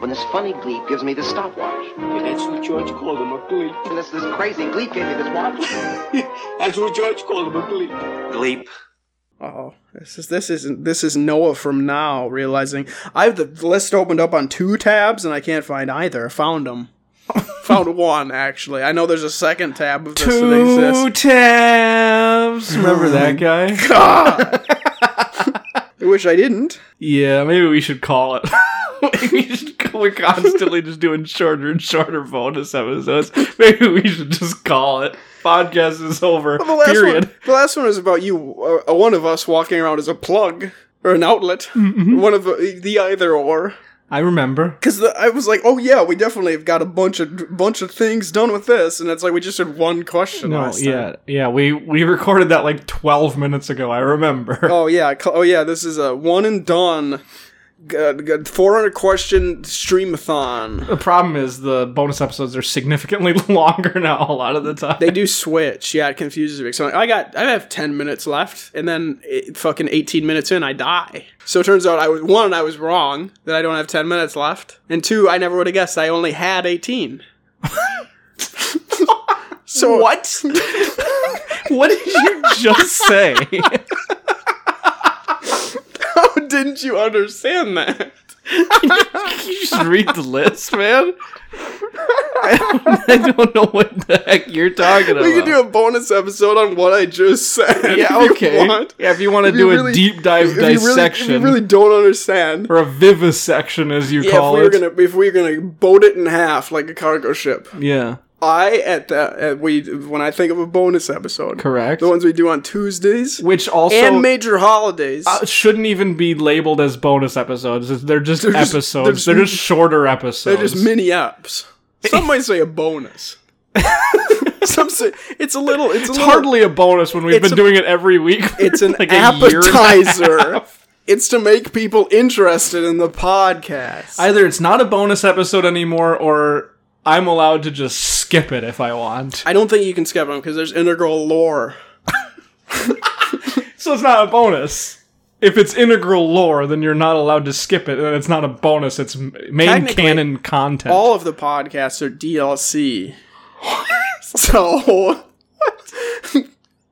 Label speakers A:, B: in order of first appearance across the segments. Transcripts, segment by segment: A: when this funny gleep gives me this stopwatch.
B: Yeah, that's what é George called him, a gleep.
A: And this, this crazy gleep gave me this watch.
B: That's what É George called him, a gleep.
C: Gleep.
D: Oh, this is this isn't this is Noah from now realizing I have the list opened up on two tabs and I can't find either. Found them. Found one actually. I know there's a second tab of this that
E: Two
D: exists.
E: tabs. Remember that guy?
D: I wish I didn't.
E: Yeah, maybe we should call it. we should, we're constantly just doing shorter and shorter bonus episodes. Maybe we should just call it. Podcast is over.
D: The last
E: period.
D: one. The last one is about you. Uh, one of us walking around as a plug or an outlet.
E: Mm-hmm.
D: One of the, the either or.
E: I remember.
D: Because I was like, oh yeah, we definitely have got a bunch of bunch of things done with this, and it's like we just had one question.
E: No,
D: last time.
E: yeah, yeah. We we recorded that like twelve minutes ago. I remember.
D: Oh yeah, cl- oh yeah. This is a one and done, uh, four hundred question streamathon.
E: The problem is the bonus episodes are significantly longer now. A lot of the time.
D: They do switch. Yeah, it confuses me. So I got I have ten minutes left, and then it, fucking eighteen minutes in, I die. So it turns out I was one, I was wrong that I don't have ten minutes left, and two, I never would have guessed I only had eighteen. so what?
E: what did you just say?
D: How didn't you understand that?
E: you just read the list, man. I don't, I don't know what the heck you're talking about.
D: We could do a bonus episode on what I just said.
E: yeah,
D: if you
E: okay.
D: want.
E: Yeah, if you want to
D: If you
E: do a
D: really-
E: deep dive
D: If you really- if
E: dissection
D: you really don't understand.
E: or a vivisection, as you
D: Yeah, if
E: call
D: we were
E: it.
D: gonna if we were gonna boat it in half like a cargo ship,
E: yeah,
D: I at that at we when I think of a bonus episode,
E: correct.
D: the ones we do on Tuesdays
E: Which also
D: and major holidays.
E: uh, shouldn't even be labeled as bonus episodes. It's- They're just
D: just-
E: episodes.
D: they're just-
E: they're just shorter
D: they're
E: episodes.
D: just mini ups. Some might say a bonus. Some say it's a little. It's, a
E: it's
D: little,
E: hardly a bonus when we've
D: It's
E: been
D: a-
E: doing it every week. for
D: It's an
E: like a year and a
D: appetizer. It's to make people interested in the podcast.
E: Either it's not a bonus episode anymore, or I'm allowed to just skip it if I want.
D: I don't think you can skip them because there's integral lore.
E: So it's not a bonus. If it's integral lore, then you're not allowed to skip it, and it's not a bonus. It's m- main
D: Technically,
E: canon content.
D: All of the podcasts are DLC. so,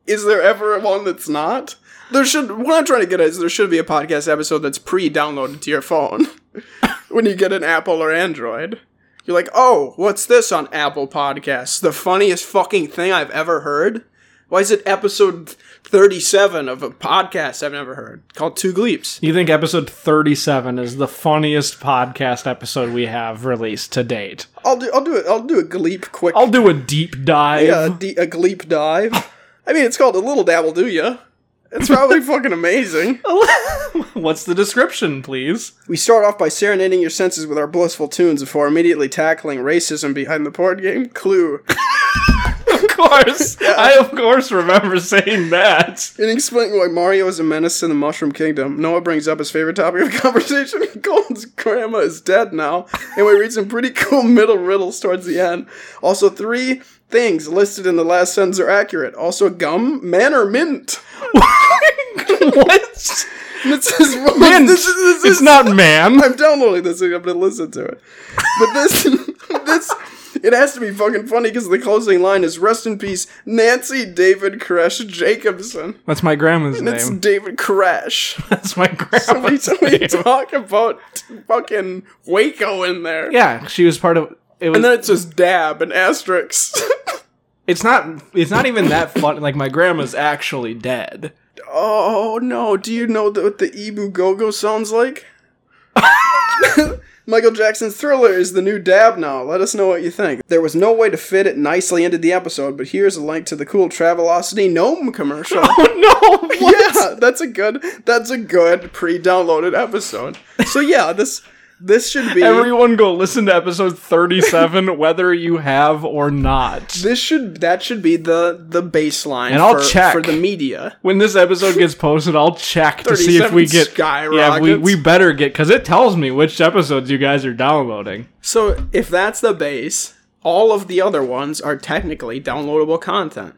D: is there ever one that's not? There should. What I'm trying to get at is there should be a podcast episode that's pre-downloaded to your phone when you get an Apple or Android. You're like, oh, what's this on Apple Podcasts? The funniest fucking thing I've ever heard. Why is it episode 37 of a podcast I've never heard called Two Gleeps?
E: you think episode 37 is the funniest podcast episode we have released to date?
D: I'll do. I'll do it. I'll do a Gleep quick.
E: I'll do a deep dive.
D: Yeah, a, de- a gleep dive. I mean, it's called a little dabble, do ya? It's probably fucking amazing.
E: What's the description, please?
D: We start off by serenading your senses with our blissful tunes before immediately tackling racism behind the board game Clue
E: Of course, I of course remember saying that.
D: and explaining why Mario is a menace to the Mushroom Kingdom. Noah brings up his favorite topic of conversation: Golden's grandma is dead now, and we read some pretty cool middle riddles towards the end. Also, three things listed in the last sentence are accurate. Also, gum, man, or mint.
E: what?
D: This is
E: Mint.
D: This is, this
E: It's
D: is-
E: not man.
D: I'm downloading this thing. I'm gonna listen to it. But this, this, it has to be fucking funny because the closing line is "Rest in peace, Nancy David Koresh Jacobson."
E: That's my grandma's
D: And it's
E: name.
D: David Koresh.
E: That's my
D: We,
E: grandma's
D: we
E: name.
D: talk about fucking Waco in there,
E: Yeah, she was part of. It was,
D: and then it says dab and asterisks.
E: it's not. It's not even that fun. Like my grandma's actually dead.
D: oh no! Do you know what the Ibu Gogo sounds like? Michael Jackson's Thriller is the new dab now. Let us know what you think. There was no way to fit it nicely into the episode, but here's a link to the cool Travelocity Gnome commercial.
E: Oh no!
D: Yeah, that's a good that's a good pre-downloaded episode. So yeah, this this should be
E: Everyone, go listen to episode thirty-seven, whether you have or not.
D: this should that should be the the baseline
E: And I'll
D: for,
E: check.
D: for the media.
E: When this episode gets posted, I'll check to see if we
D: 37
E: get. Yeah, we,
D: skyrockets.
E: we better get because it tells me which episodes you guys are downloading.
D: So if that's the base, all of the other ones are technically downloadable content.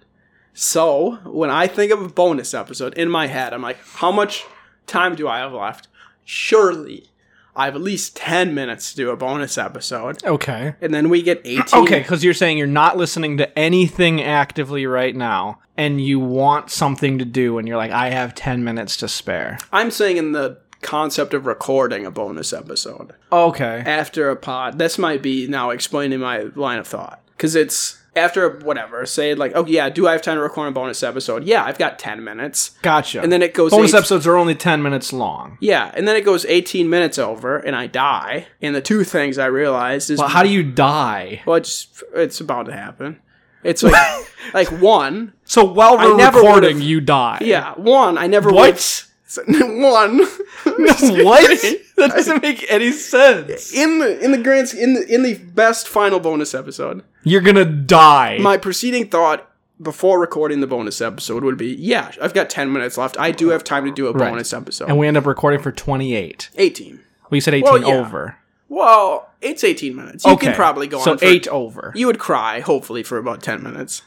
D: So when I think of a bonus episode in my head, I'm like, how much time do I have left? Surely I have at least 10 minutes to do a bonus episode.
E: Okay.
D: And then we get 18.
E: Okay, because you're saying you're not listening to anything actively right now, and you want something to do, and you're like, I have 10 minutes to spare.
D: I'm saying in the concept of recording a bonus episode
E: Okay.
D: after a pod. This might be now explaining my line of thought. Because it's after whatever, say like, oh yeah, do I have time to record a bonus episode? Yeah, I've got 10 minutes.
E: Gotcha.
D: And then it goes
E: Bonus
D: eight-
E: episodes are only 10 minutes long.
D: Yeah, and then it goes 18 minutes over and I die. And the two things I realized is
E: Well, how do you die?
D: Well, it's it's about to happen. It's like like one,
E: So while
D: I
E: we're
D: never
E: recording,
D: would've-
E: you die.
D: yeah, one. I never
E: What?
D: would've- one
E: what? That doesn't make any sense.
D: in the in the grand in the, in the best final bonus episode.
E: You're gonna die.
D: My preceding thought before recording the bonus episode would be, yeah, I've got ten minutes left. I do have time to do a
E: Right.
D: bonus episode.
E: and we end up recording for 28.
D: eighteen.
E: We said 18
D: Well, yeah.
E: over.
D: Well, it's eighteen minutes. You can probably go
E: so
D: on. for-
E: eight over.
D: You would cry, hopefully, for about ten minutes.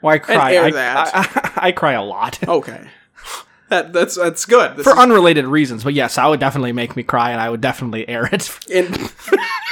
E: Why cry?
D: air
E: I,
D: that.
E: I, I cry a lot.
D: Okay, that that's that's good. This
E: for
D: is-
E: unrelated reasons. But yes, I would definitely make me cry, and I would definitely air it.
D: and-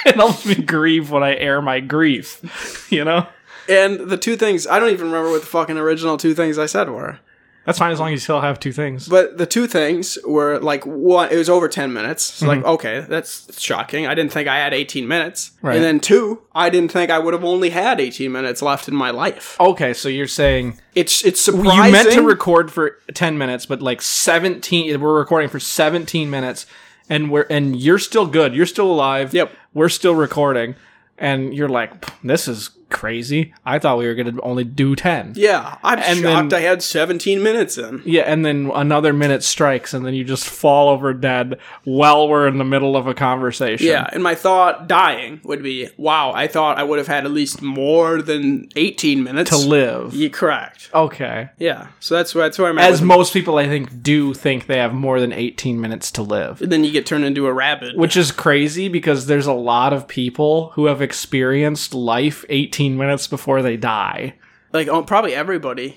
E: it helps me grieve when I air my grief. You know,
D: And the two things I don't even remember what the fucking original two things I said were.
E: that's fine as long as you still have two things.
D: But the two things were like one it was over ten minutes. So like,
E: Mm-hmm.
D: okay, that's shocking. I didn't think I had eighteen minutes.
E: Right.
D: And then two, I didn't think I would have only had eighteen minutes left in my life.
E: okay, so you're saying
D: It's it's surprising.
E: you meant to record for ten minutes, but like seventeen, we're recording for seventeen minutes, and we're and you're still good. You're still alive.
D: Yep.
E: we're still recording, and you're like, this is crazy. I thought we were gonna only do ten.
D: Yeah, I'm
E: And
D: shocked
E: then-
D: I had seventeen minutes in.
E: Yeah, and then another minute strikes, and then you just fall over dead while we're in the middle of a conversation.
D: Yeah, and my thought dying would be, wow, I thought I would have had at least more than eighteen minutes
E: To live.
D: You correct.
E: Okay.
D: Yeah, so that's where that's where I'm at.
E: As
D: with-
E: most people, I think, do think they have more than 18 minutes to live,
D: then you get turned into a rabbit.
E: which is crazy because there's a lot of people who have experienced life 18 minutes before they die.
D: Like oh, probably everybody,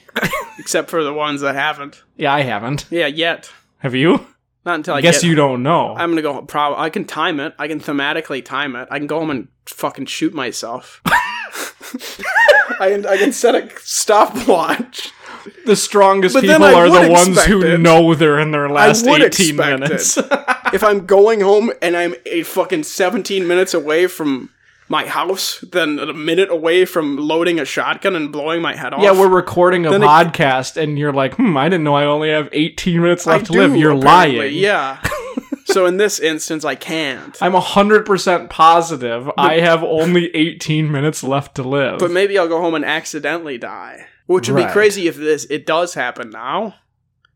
D: except for the ones that haven't.
E: Yeah, I haven't.
D: Yeah, yet
E: Have you?
D: not until I,
E: I guess
D: get-
E: you don't know.
D: I'm gonna go. Probably I can time it. I can thematically time it. I can go home and fucking shoot myself. I can I can set a stopwatch.
E: the strongest
D: But then
E: people
D: I
E: are
D: would
E: the ones
D: expect
E: who
D: it.
E: know they're in their last
D: would
E: 18
D: expect
E: minutes.
D: if I'm going home and I'm a fucking 17 minutes away from my house, then a minute away from loading a shotgun and blowing my head off.
E: Yeah, we're recording a
D: Then it-
E: podcast, and you're like, hmm, I didn't know I only have 18 minutes
D: I
E: left to
D: do,
E: live. You're
D: apparently,
E: lying.
D: Yeah. so in this instance, I can't.
E: I'm 100% positive I have only 18 minutes left to live.
D: But maybe I'll go home and accidentally die, which would
E: Right.
D: be crazy if this it does happen now.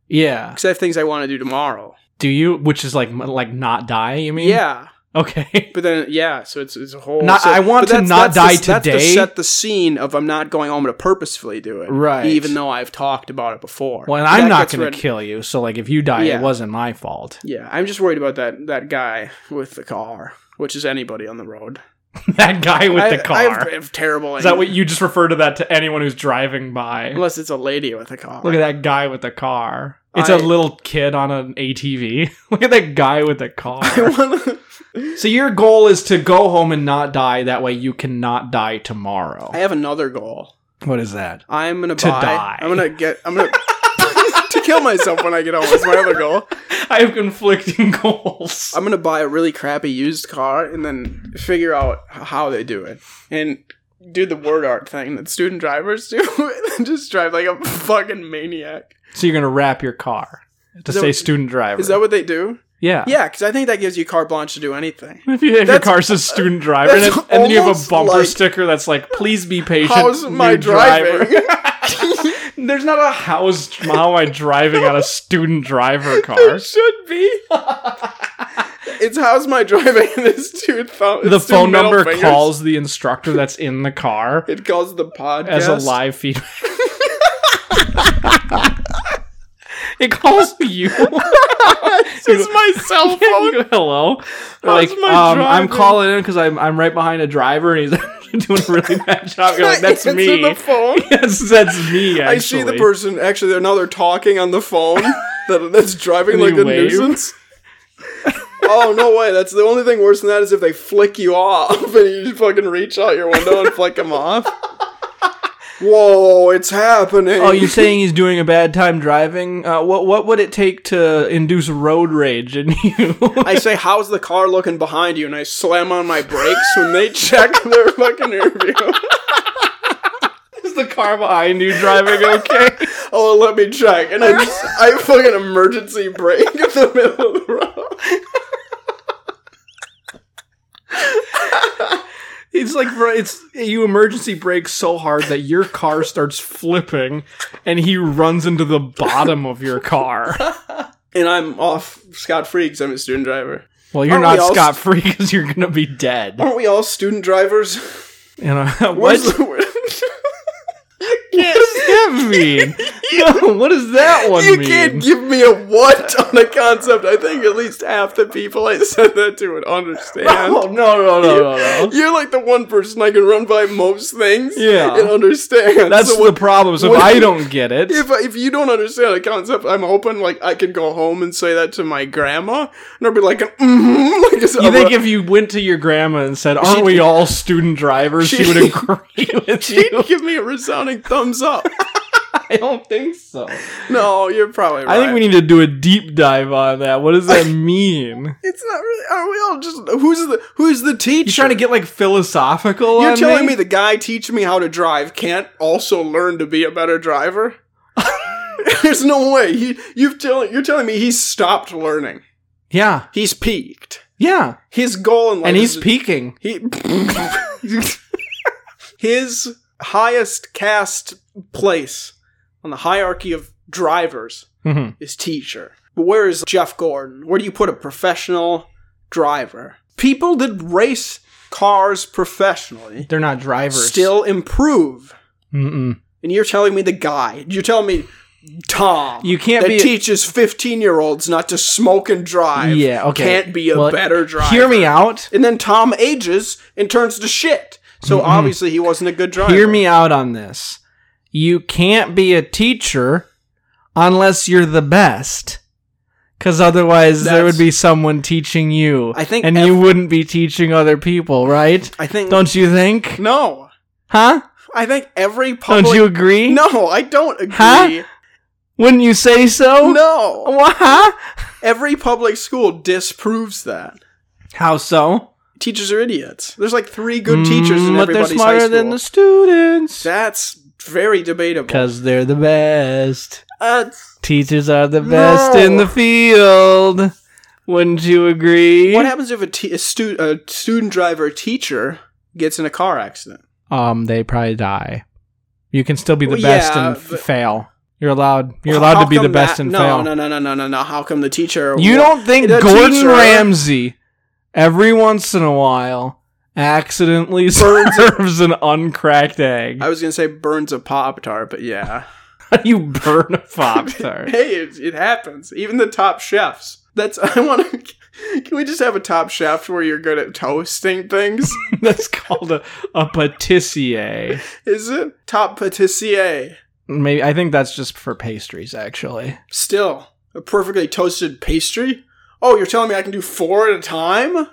E: yeah.
D: Because I have things I want to do tomorrow.
E: Do you, which is like, like not die, you mean?
D: Yeah,
E: Okay.
D: but then yeah, so it's it's a whole.
E: Not-
D: so-
E: I want
D: but
E: to not
D: that's
E: die
D: That's
E: today.
D: to set the scene of I'm not going home to purposefully do it,
E: Right.
D: Even though I've talked about it before.
E: Well, and I'm
D: That
E: not
D: gets
E: going
D: rid-
E: to kill you, so like if you die,
D: Yeah.
E: it wasn't my fault.
D: Yeah, I'm just worried about that that guy with the car, which is anybody on the road
E: that guy with
D: I,
E: the car.
D: I have, I have terrible.
E: is that what you just refer to that to anyone who's driving by?
D: Unless it's a lady with a car.
E: Look at that guy with the car. It's a
D: I-
E: little kid on an ATV. Look at that guy with the car.
D: that.
E: So your goal is to go home and not die. That way you cannot die tomorrow.
D: I have another goal.
E: What is that?
D: I'm gonna
E: To
D: buy.
E: die.
D: I'm gonna get. I'm gonna to kill myself when I get home. That's my other goal.
E: I have conflicting goals.
D: I'm gonna buy a really crappy used car and then figure out how they do it and do the word art thing that student drivers do and just drive like a fucking maniac.
E: so you're gonna wrap your car to
D: Is that
E: say
D: what-
E: student driver.
D: Is that what they do?
E: yeah.
D: Yeah, because I think that gives you carte blanche to do anything.
E: If, you, if your
D: That's- uh,
E: car says student driver, and,
D: that's
E: it- and then you have a
D: almost
E: bumper
D: like-
E: sticker that's like, "Please be patient."
D: How's
E: new
D: my driving?
E: There's not a how's how am I driving on a student driver car.
D: It should be. it's how's my driving? This dude thumb.
E: The
D: it's two
E: phone
D: middle
E: number
D: fingers.
E: calls the instructor that's in the car
D: It calls the podcast
E: as a live feedback. it calls you.
D: It's my cell phone.
E: Hello. Like,
D: my
E: um, I'm
D: driving?
E: calling in because I'm, I'm right behind a driver and he's doing a really bad job. You're like, that's
D: Answer
E: me.
D: The phone.
E: That's, that's me, actually.
D: I see the person. Actually, they're now they're talking on the phone that that's driving
E: And
D: like
E: you
D: a
E: wave.
D: nuisance. oh no way! That's the only thing worse than that is if they flick you off and you fucking reach out your window and flick them off. Whoa! It's happening.
E: Oh, you're saying he's doing a bad time driving? Uh, what what would it take to induce road rage in you?
D: I say, how's the car looking behind you? And I slam on my brakes when they check their fucking interview.
E: Is the car behind you driving okay?
D: Oh, let me check. And I just, I fucking emergency brake in the middle of the road.
E: It's like bro, it's you emergency brake so hard that your car starts flipping, and he runs into the bottom of your car.
D: And I'm off scot free because I'm a student driver.
E: Well, you're
D: Aren't we
E: not
D: all
E: scot free because you're gonna be dead.
D: Aren't we all student drivers?
E: You know what
D: Where's
E: does
D: the word?
E: that mean? No, what does that one
D: You
E: mean?
D: can't give me a what on a concept. I think at least half the people I said that to would understand.
E: Oh, no, no, no, no, no.
D: You're like the one person I can run by most things
E: Yeah.
D: and understand.
E: That's
D: So
E: the problem. So if
D: what-
E: I don't get it,
D: if if you don't understand a concept, I'm hoping like I can go home and say that to my grandma, and I'll be like, mm-hmm, like it's-
E: you think if you went to your grandma and said, "Aren't we all student drivers?" She,
D: She-
E: would agree with
D: she'd
E: you.
D: give me a resounding thumbs up.
E: I don't think so.
D: no, you're probably right.
E: I think we need to do a deep dive on that. What does that mean?
D: It's not really. Are we all just who's the who's the teacher?
E: You trying to get like philosophical?
D: You're
E: on
D: telling
E: me?
D: me the guy teaching me how to drive can't also learn to be a better driver? There's no way. He, you've telling you're telling me he's stopped learning.
E: yeah,
D: He's peaked.
E: yeah,
D: His goal in life
E: and he's
D: is-
E: peaking.
D: He, his highest caste place on the hierarchy of drivers
E: Mhm.
D: is teacher. But where is Jeff Gordon? Where do you put a professional driver? People that race cars professionally
E: They're not drivers.
D: still improve.
E: Mm-mm.
D: And you're telling me the guy. You're telling me Tom.
E: You can't
D: that
E: be a-
D: teaches 15 year olds not to smoke and drive.
E: Yeah, okay.
D: Can't be a
E: Well,
D: better driver.
E: Hear me out.
D: And then Tom ages and turns to shit. So obviously he wasn't a good driver.
E: Hear me out on this. You can't be a teacher unless you're the best. Because otherwise, there
D: That's-
E: would be someone teaching you.
D: I think
E: And
D: ev-
E: you wouldn't be teaching other people, right?
D: I think
E: Don't you think?
D: no.
E: Huh?
D: I think every public.
E: Don't you agree?
D: No, I don't agree.
E: Huh? Oh, Wouldn't you say so?
D: No,
E: Wha- huh?
D: every public school disproves that.
E: How so?
D: Teachers are idiots. There's like three good teachers in
E: Mm, but
D: everybody's
E: they're smarter
D: high school.
E: than the students.
D: That's very debatable.
E: Because they're the best.
D: Uh,
E: Teachers are the best
D: No.
E: in the field. Wouldn't you agree?
D: What happens if a, te- a, stu- a student driver teacher gets in a car accident?
E: um, they probably die. You can still be the
D: Well,
E: best
D: yeah,
E: and f-
D: but-
E: fail. You're allowed. You're allowed to
D: How
E: be the
D: come
E: best
D: that-
E: and
D: no,
E: fail.
D: No, no, no, no, no, no. How come the teacher?
E: You don't think
D: The
E: Gordon
D: teacher-
E: Ramsay every once in a while accidentally serves an uncracked egg?
D: I was gonna say burns a pop tart, but yeah.
E: you burn a pop tart.
D: hey, it, it happens. Even the top chefs. That's I want to. Can we just have a top chef where you're good at toasting things?
E: That's called a, a patissier.
D: Is it top patissier?
E: Maybe I think that's just for pastries, actually.
D: Still a perfectly toasted pastry. Oh, you're telling me I can do four at a time?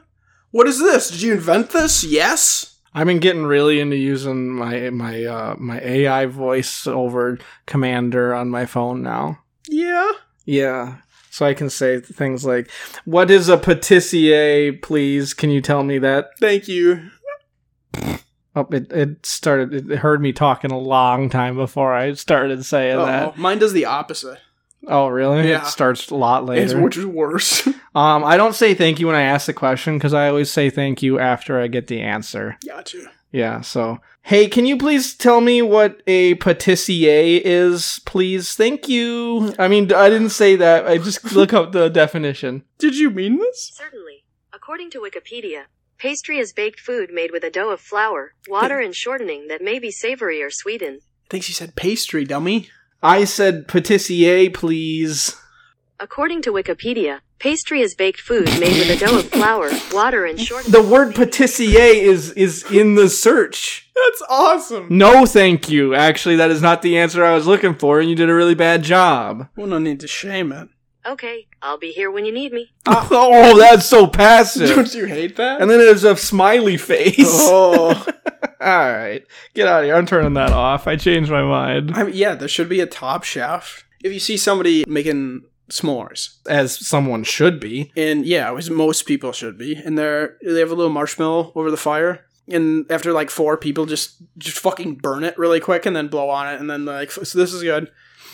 D: What is this? Did you invent this? Yes.
E: I've been getting really into using my my uh, my AI voice over Commander on my phone now.
D: Yeah.
E: Yeah. So I can say things like, "What is a patissier, please? Can you tell me that?"
D: Thank you.
E: Oh, it, it started. It heard me talking a long time before I started saying
D: Oh,
E: that.
D: mine does the opposite.
E: Oh, really?
D: Yeah.
E: It starts a lot
D: It's-
E: later.
D: which is worse.
E: um, I don't say thank you when I ask the question because I always say thank you after I get the answer.
D: gotcha.
E: Yeah. So, hey, can you please tell me what a patissier is, please? Thank you. I mean, I didn't say that. I just look up the definition.
D: Did you mean this?
C: Certainly. According to Wikipedia, pastry is baked food made with a dough of flour, water, and shortening that may be savory or sweetened.
D: I think she said pastry, dummy.
E: I said patissier, please.
C: According to Wikipedia, pastry is baked food made with a dough of flour, water, and shortening.
E: The word patissier is is in the search.
D: That's awesome.
E: No, thank you. Actually, that is not the answer I was looking for, and you did a really bad job.
D: Well, no need to shame it.
C: Okay, I'll be here when you need me.
E: oh, that's so passive.
D: Don't you hate that?
E: And then there's a smiley face.
D: oh,
E: All right, get out of here. I'm turning that off. I changed my mind.
D: I mean, yeah, there should be a Top Chef. If you see somebody making s'mores,
E: As someone should be.
D: and yeah, as most people should be, and they're they have a little marshmallow over the fire, and after like four people just just fucking burn it really quick and then blow on it, and then like so this is good.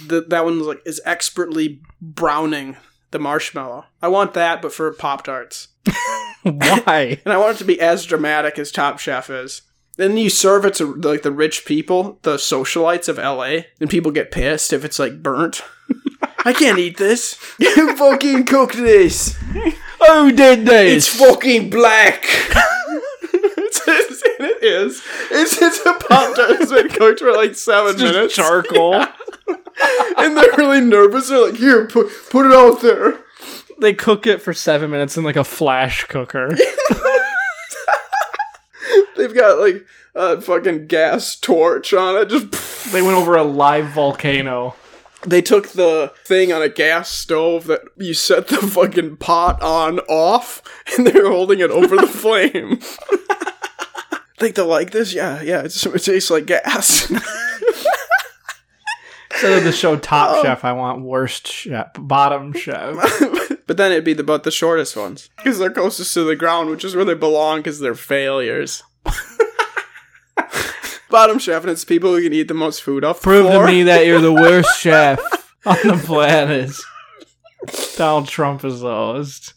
D: The, that one's like is expertly browning the marshmallow. I want that, but for Pop Tarts.
E: Why?
D: and I want it to be as dramatic as Top Chef is. Then you serve it to like the rich people, the socialites of LA, and people get pissed if it's like burnt. I can't eat this.
B: You fucking cooked this.
E: Who did
B: It's
E: this?
B: fucking black.
D: it's, it's, it is. It's it's a pop tart that's been cooked for like seven
E: Just
D: minutes,
E: charcoal.
D: and they're really nervous. They're like, "Here, put put it out there."
E: They cook it for seven minutes in like a flash cooker.
D: They've got like a fucking gas torch on it. Just
E: they went over a live volcano.
D: they took the thing on a gas stove that you set the fucking pot on off and they're holding it over the flame. Think they'll like this? Yeah, yeah, it's, it tastes like gas.
E: Instead of the show Top Chef, I want Worst Chef, Bottom Chef.
D: but then it'd be the, about the shortest ones because they're closest to the ground, which is where they belong because they're failures. Bottom chef, and it's people who can eat the most food off the
E: Prove to
D: floor.
E: me that you're the worst chef on the planet. Donald Trump is the host.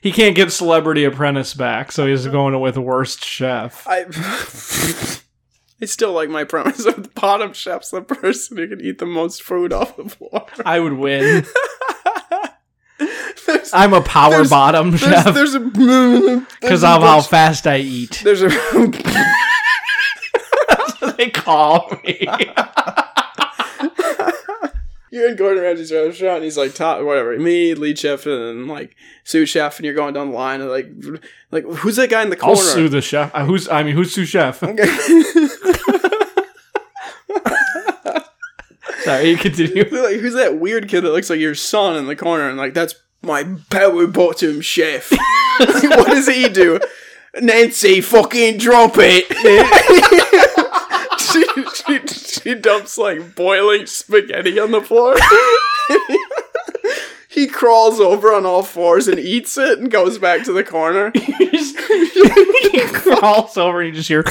E: he can't get Celebrity Apprentice back, so he's going with Worst Chef.
D: I, I still like my premise of the bottom chef's the person who can eat the most food off the floor.
E: I would win.
D: There's-
E: I'm a power
D: There's-
E: bottom
D: There's,
E: chef
D: there's a because
E: because of how fast I eat.
D: there's a
E: they call me.
D: you're in Gordon Ramsay's restaurant. And he's like top whatever me lead chef and like sous chef, and you're going down the line and like like who's that guy in the
E: I'll
D: corner?
E: sue the chef. Uh, who's? I mean, who's sous chef? Sorry, you continue.
D: They're like who's that weird kid that looks like your son in the corner? And like that's my power bottom chef. Like, what does he do? Nancy, fucking drop it. she, she, she dumps like boiling spaghetti on the floor. he crawls over on all fours and eats it and goes back to the corner.
E: he crawls over and you just hear.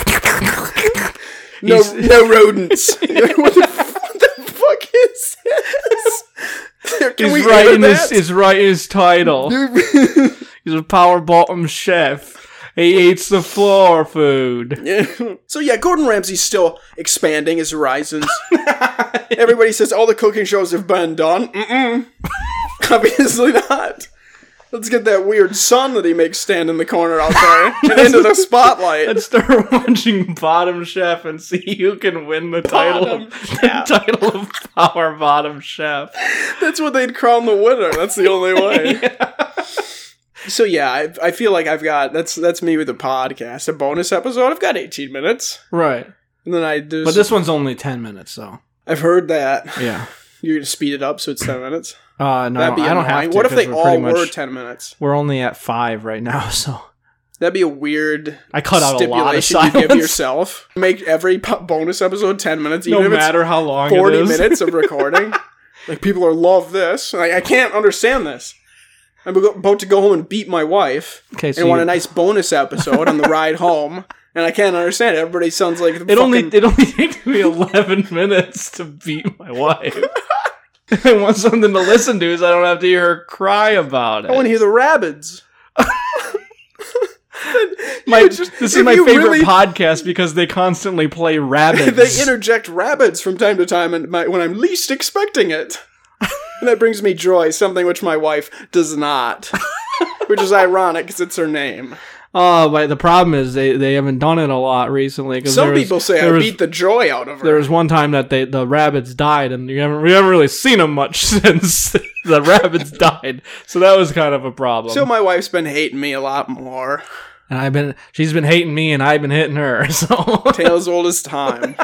D: No,
E: He's-
D: no rodents. Like, what, the, f- what the fuck is this? Can we
E: He's right
D: edit
E: in his.
D: that?
E: He's right in his title. He's a power bottom chef. He eats the floor food.
D: so yeah, Gordon Ramsay's still expanding his horizons. Everybody says all the cooking shows have been done. Mm-mm. Obviously not. Let's get that weird son that he makes stand in the corner out there and into the spotlight.
E: Let's start watching Bottom Chef and see who can win the title.
D: Bottom
E: Of, the title of Power Bottom Chef.
D: That's what they'd crown the winner. That's the only way. So yeah, I, I feel like I've got that's that's me with the podcast, a bonus episode. I've got 18 minutes,
E: Right,
D: and then I do.
E: but this one's only ten minutes, so
D: I've heard that
E: yeah.
D: you're gonna speed it up so it's 10 minutes.
E: Uh, no,
D: That'd be
E: I don't
D: annoying.
E: have to.
D: What if
E: 'cause
D: they
E: we're
D: all
E: pretty
D: were
E: much-
D: 10 minutes?
E: We're only at five right now, so
D: That'd be a weird
E: I cut out a lot of
D: stipulation you give
E: silence.
D: yourself. Make every po- bonus episode 10 minutes, even
E: No
D: if
E: matter how long
D: it's 40
E: it is.
D: minutes of recording. like, people are love this. Like, I can't understand this. I'm abo- about to go home and beat my wife
E: Okay, so
D: and want
E: you-
D: a nice bonus episode on the ride home, and I can't understand it. Everybody sounds like
E: It only it only takes me eleven minutes to beat my wife. I want something to listen to, so I don't have to hear her cry about it.
D: I want to hear the rabbits.
E: my,
D: You just-
E: this
D: if
E: is my
D: you
E: favorite
D: really-
E: podcast because they constantly play rabbits.
D: they interject rabbits from time to time and my, when I'm least expecting it. and that brings me joy, something which my wife does not. which is ironic because it's her name.
E: oh, but the problem is they, they haven't done it a lot recently. 'cause
D: Some
E: there was-
D: people say I
E: there was,
D: beat the joy out of her.
E: There was one time that they the rabbits died, and you haven't we haven't really seen them much since the rabbits died. So that was kind of a problem.
D: so my wife's been hating me a lot more.
E: and I've been she's been hating me, and I've been hitting her. So
D: Tales old as time.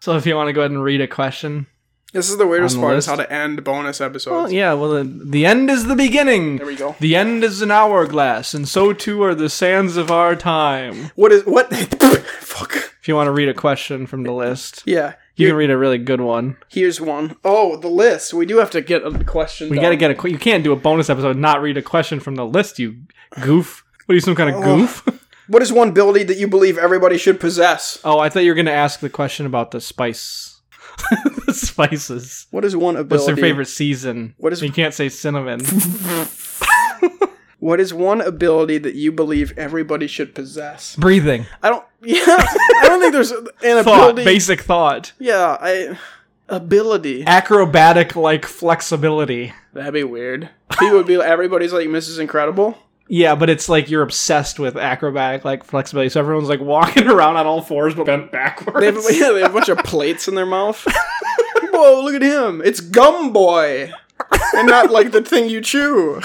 E: so if you want to go ahead and read a question,
D: This is the weirdest
E: On the
D: part is
E: list.
D: how to end bonus episodes.
E: Well, yeah, well, the, the end is the beginning.
D: There we go.
E: The end is an hourglass, and so too are the sands of our time.
D: What is what? Fuck.
E: If you want to read a question from the list,
D: Yeah.
E: you
D: Here,
E: can read a really good one.
D: here's one. Oh, the list. We do have to get a question.
E: We
D: down.
E: got to get a. que- You can't do a bonus episode and not read a question from the list. You goof. What are you, some
D: Oh.
E: kind of goof?
D: What is one ability that you believe everybody should possess?
E: oh, I thought you were going to ask the question about the spice, the spices.
D: What is one
E: What's
D: ability?
E: their favorite season?
D: What is-
E: you can't say cinnamon.
D: What is one ability that you believe everybody should possess?
E: Breathing.
D: I don't. Yeah, I don't think there's an
E: Thought.
D: ability.
E: Basic thought.
D: Yeah, I ability.
E: Acrobatic like flexibility.
D: That'd be weird. People would be like, everybody's like Mrs. Incredible.
E: Yeah, but it's like you're obsessed with acrobatic like flexibility. So everyone's like walking around on all fours but bent backwards.
D: They have, yeah, they have a bunch of plates in their mouth. Whoa, look at him! It's Gum Boy, and not like the thing you chew.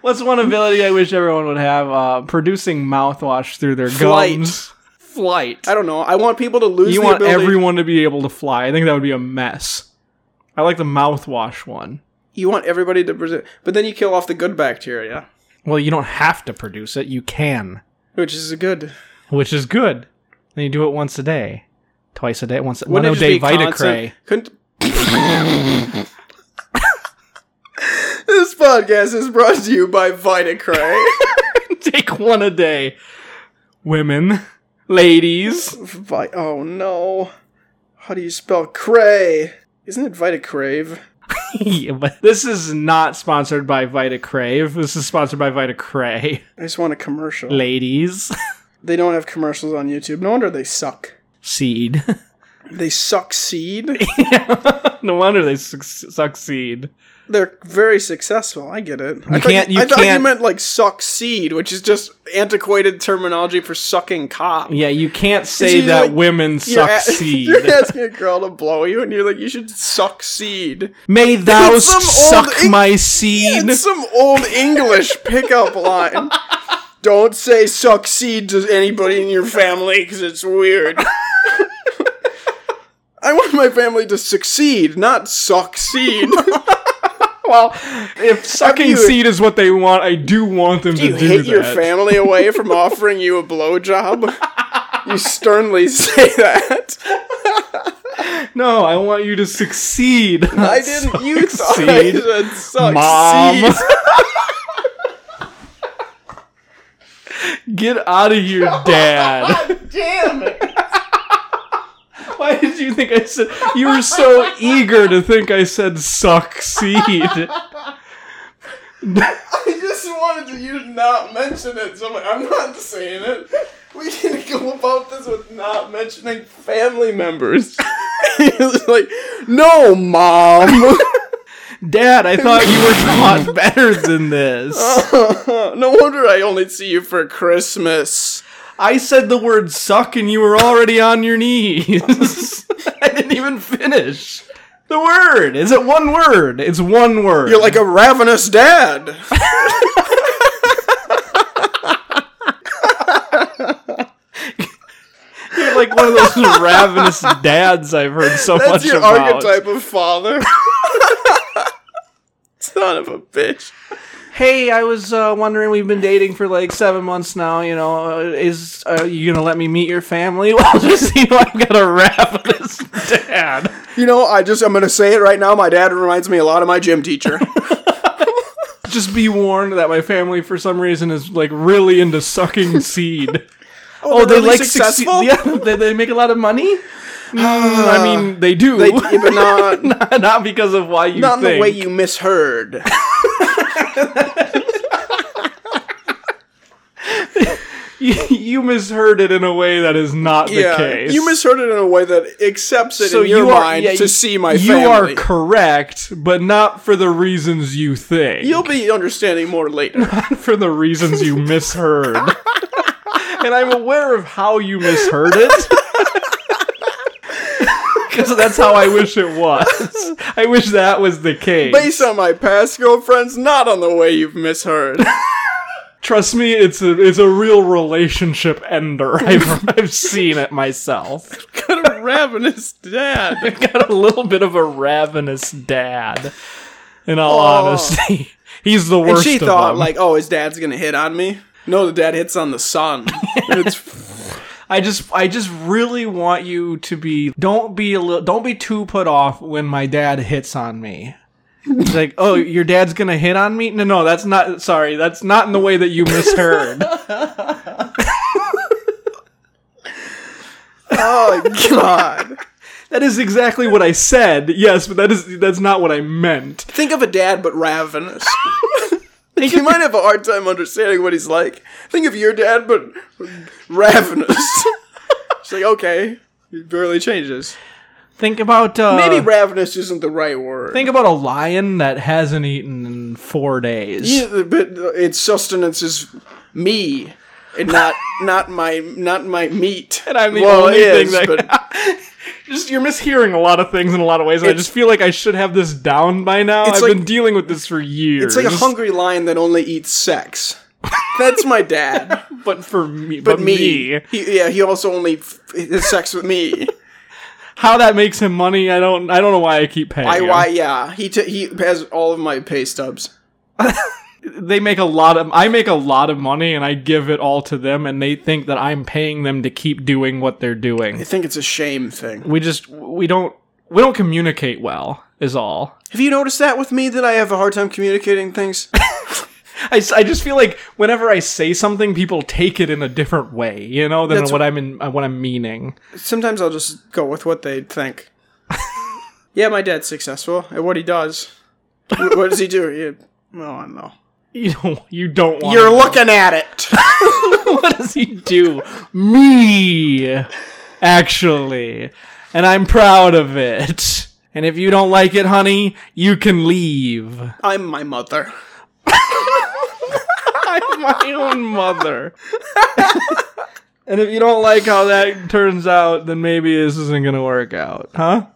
E: What's one ability I wish everyone would have? Uh, producing mouthwash through their
D: Flight.
E: gums. Flight.
D: I don't know. I want people to lose.
E: You
D: the
E: want
D: ability-
E: everyone to be able to fly. I think that would be a mess. I like the mouthwash one.
D: You want everybody to present, but then you kill off the good bacteria,
E: Well, you don't have to produce it. You can,
D: which is good.
E: which is good. Then you do it once a day, twice a day, once one
D: Wouldn't
E: a
D: it just
E: day.
D: be
E: Vitacray.
D: constant- Couldn't. this podcast is brought to you by Vitacray.
E: Take one a day. Women, ladies.
D: Vi- oh no. How do you spell cray? Isn't it Vitacrave?
E: Yeah, but this is not sponsored by Vita Crave. This is sponsored by Vita Cray.
D: I just want a commercial.
E: Ladies,
D: They don't have commercials on YouTube. No wonder they suck.
E: seed.
D: They suck seed.
E: no wonder they suc succeed.
D: They're very successful. I get it. I thought
E: can't- you
D: I thought you
E: can't-
D: meant like suck seed, which is just antiquated terminology for sucking cock.
E: Yeah, you can't say
D: She's
E: that
D: like,
E: women
D: You're a-
E: suck seed.
D: You're asking a girl to blow you, and you're like, you should suck seed.
E: May thou
D: It's some
E: suck
D: old-
E: my seed.
D: It's some old English pickup line. Don't say suck seed to anybody in your family because it's weird. I want my family to succeed, not suck seed.
E: well, if sucking
D: you-
E: seed is what they want, I do want them
D: Do you
E: to do
D: hate your
E: that.
D: family away from offering you a blowjob? You sternly say that.
E: No, I want you to succeed.
D: I
E: not
D: didn't.
E: suck
D: You thought I said suck
E: Mom.
D: seed.
E: Get out of here, Dad. Damn it. Why did you think I said you were so eager to think I said succeed?
D: I just wanted to, you to not mention it. So I'm, like, I'm not saying it. We didn't go about this with not mentioning family members. It was like, no, mom.
E: Dad, I thought you were taught better than this.
D: no wonder I only see you for Christmas.
E: I said the word suck and you were already on your knees. I didn't even finish. The word. Is it one word? It's one word.
D: You're like a ravenous dad.
E: You're like one of those ravenous dads I've heard so
D: That's
E: much
D: your
E: about.
D: archetype of father. Son of a bitch.
E: hey i was uh, wondering we've been dating for like seven months now you know uh, is uh, you gonna let me meet your family well just you know i've got a ravenous dad
D: You know, I just, I'm going to say it right now. My dad reminds me a lot of my gym teacher.
E: just be warned that my family for some reason is like really into sucking seed oh,
D: they're
E: they
D: really
E: like succeed-
D: successful?
E: yeah they, they make a lot of money Mm, i mean they do
D: They- but not,
E: not because of why you
D: not in the
E: think.
D: way you misheard.
E: you misheard it in a way that is not the case
D: You misheard it in a way that accepts it in your
E: you are-
D: mind
E: yeah,
D: to
E: you-
D: see my
E: you
D: family.
E: are correct, but not for the reasons you think.
D: You'll be understanding more later.
E: for the reasons you misheard. and I'm aware of how you misheard it. Because that's how I wish it was. I wish that was the case.
D: Based on my past girlfriends, not on the way you've misheard.
E: Trust me, it's a it's a real relationship ender. I've, I've seen it myself.
D: Could have ravenous dad.
E: got a little bit of a ravenous dad. In all
D: Oh.
E: honesty, he's the
D: And
E: worst.
D: she
E: of
D: thought,
E: them.
D: like, oh, his dad's gonna hit on me. No, the dad hits on the son. it's
E: I just, I just really want you to be. Don't be a little. Don't be too put off when my dad hits on me. It's like, oh, your dad's gonna hit on me? No, no, that's not. Sorry, that's not in the way that you misheard.
D: oh god.
E: that is exactly what I said. Yes, but that is that's not what I meant.
D: Think of a dad but ravenous. you might have a hard time understanding what he's like. Think of your dad but ravenous. it's like okay, it barely changes.
E: Think about uh,
D: Maybe ravenous isn't the right word.
E: think about a lion that hasn't eaten in four days.
D: Yeah, but its sustenance is me, and not not my not my meat.
E: And I'm the
D: Well,
E: only
D: it
E: thing
D: is,
E: that-
D: but
E: just you're mishearing a lot of things in a lot of ways. And I
D: It's-
E: just feel like I should have this down by now.
D: It's
E: I've
D: like-
E: been dealing with this for years.
D: It's like a hungry lion that only eats sex. That's my dad.
E: but for me,
D: But me, He, yeah, he also only f- has sex with me.
E: how that makes him money, I don't. I don't know why I keep paying.
D: I,
E: him.
D: why, yeah, he t- he has all of my pay stubs.
E: They make a lot of. I make a lot of money, and I give it all to them, and they think that I'm paying them to keep doing what they're
D: I
E: doing.
D: think it's a shame thing.
E: We just we don't we don't communicate well. Is all.
D: Have you noticed that with me that I have a hard time communicating things?
E: I, s- I just feel like whenever I say something, people take it in a different way, you know, than
D: That's-
E: what I'm in, uh, what I'm meaning.
D: Sometimes I'll just go with what they think. yeah, my dad's successful at what he does. Wh- what does he do? He, well, I don't know.
E: You don't. You don't want.
D: You're looking at it.
E: what does he do? Me, actually. And I'm proud of it. And if you don't like it, honey, you can leave.
D: I'm my mother.
E: I'm my own mother. and if you don't like how that turns out, then maybe this isn't going to work out, huh?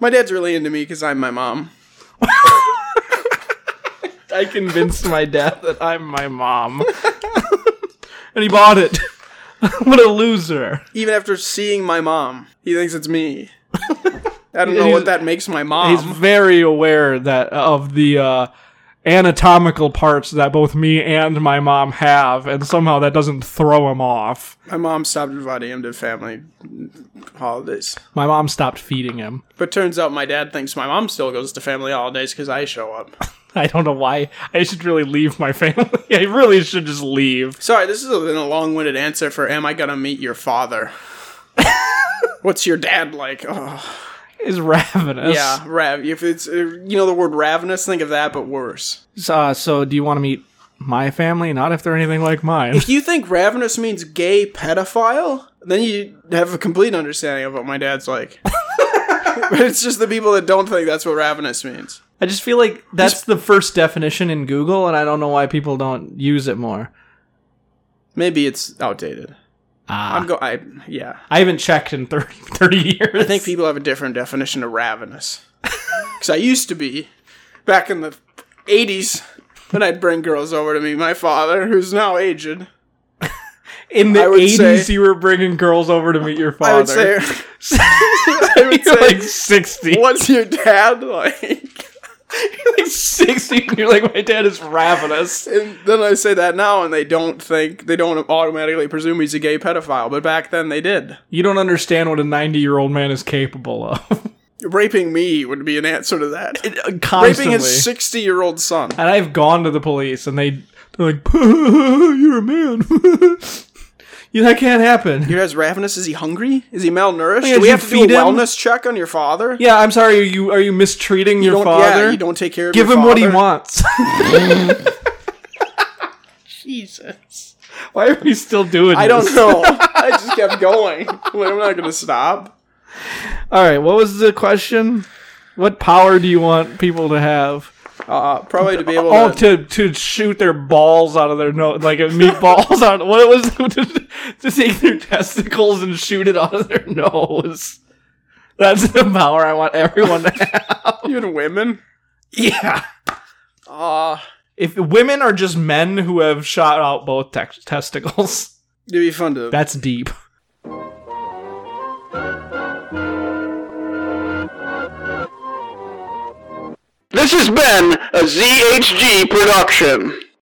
D: My dad's really into me because I'm my mom.
E: I convinced my dad that I'm my mom. and he bought it. what a loser.
D: even after seeing my mom, he thinks it's me. I don't know
E: He's-
D: what that makes my
E: He's
D: mom.
E: very aware that of the uh, anatomical parts that both me and my mom have, and somehow that doesn't throw him off.
D: My mom stopped inviting him to family holidays.
E: My mom stopped feeding him.
D: But turns out my dad thinks my mom still goes to family holidays because I show up.
E: I don't know why. I should really leave my family. I really should just leave.
D: Sorry, this has been a long winded answer for Am I Gonna Meet Your Father? What's your dad like? Oh,
E: Is ravenous.
D: yeah, rav. If it's uh, you know the word ravenous, think of that, but worse.
E: So, uh, so do you want to meet my family? Not if they're anything like mine.
D: If you think ravenous means gay pedophile, then you have a complete understanding of what my dad's like. but it's just the people that don't think that's what ravenous means.
E: I just feel like that's the first definition in Google, and I don't know why people don't use it more.
D: Maybe it's outdated.
E: Ah.
D: I'm go. I yeah.
E: I haven't checked in 30, 30 years.
D: I think people have a different definition of ravenous. Because I used to be back in the '80s. Then I'd bring girls over to meet my father, who's now aged.
E: in
D: I
E: the
D: would say-
E: eighties, you were bringing girls over to meet your father.
D: I would say, I would
E: you're
D: say,
E: like sixty.
D: what's your dad like?
E: You're like sixty, and you're like, my dad is ravenous.
D: And then I say that now, and they don't think they don't automatically presume he's a gay pedophile. But back then they did.
E: You don't understand what a ninety-year-old man is capable of.
D: Raping me would be an answer to that.
E: Constantly.
D: uh, Raping his sixty-year-old son.
E: and I've gone to the police, and they they're like, you're a man. you that can't happen.
D: Your dad's ravenous. Is he hungry? Is he malnourished?
E: Yeah,
D: do we
E: did
D: have
E: you
D: to do a
E: feed him?
D: wellness check on your father?
E: yeah, I'm sorry. Are you are you mistreating
D: You don't,
E: your father?
D: Yeah, you don't take care of
E: Give
D: your
E: him what he
D: father?
E: wants. Jesus. Why are we still doing
D: I don't
E: this?
D: know. I just kept going. I'm like, I'm not gonna stop.
E: All right, what was the question? What power do you want people to have?
D: Uh, probably to be able
E: Oh,
D: to.
E: to to shoot their balls out of their nose, like uh, meatballs out. What it was to, to take their testicles and shoot it out of their nose. That's the power I want everyone to have.
D: Even women.
E: Yeah.
D: Uh,
E: If women are just men who have shot out both tex testicles,
D: it'd be fun to.
E: that's deep.
F: This has been a ZHG production.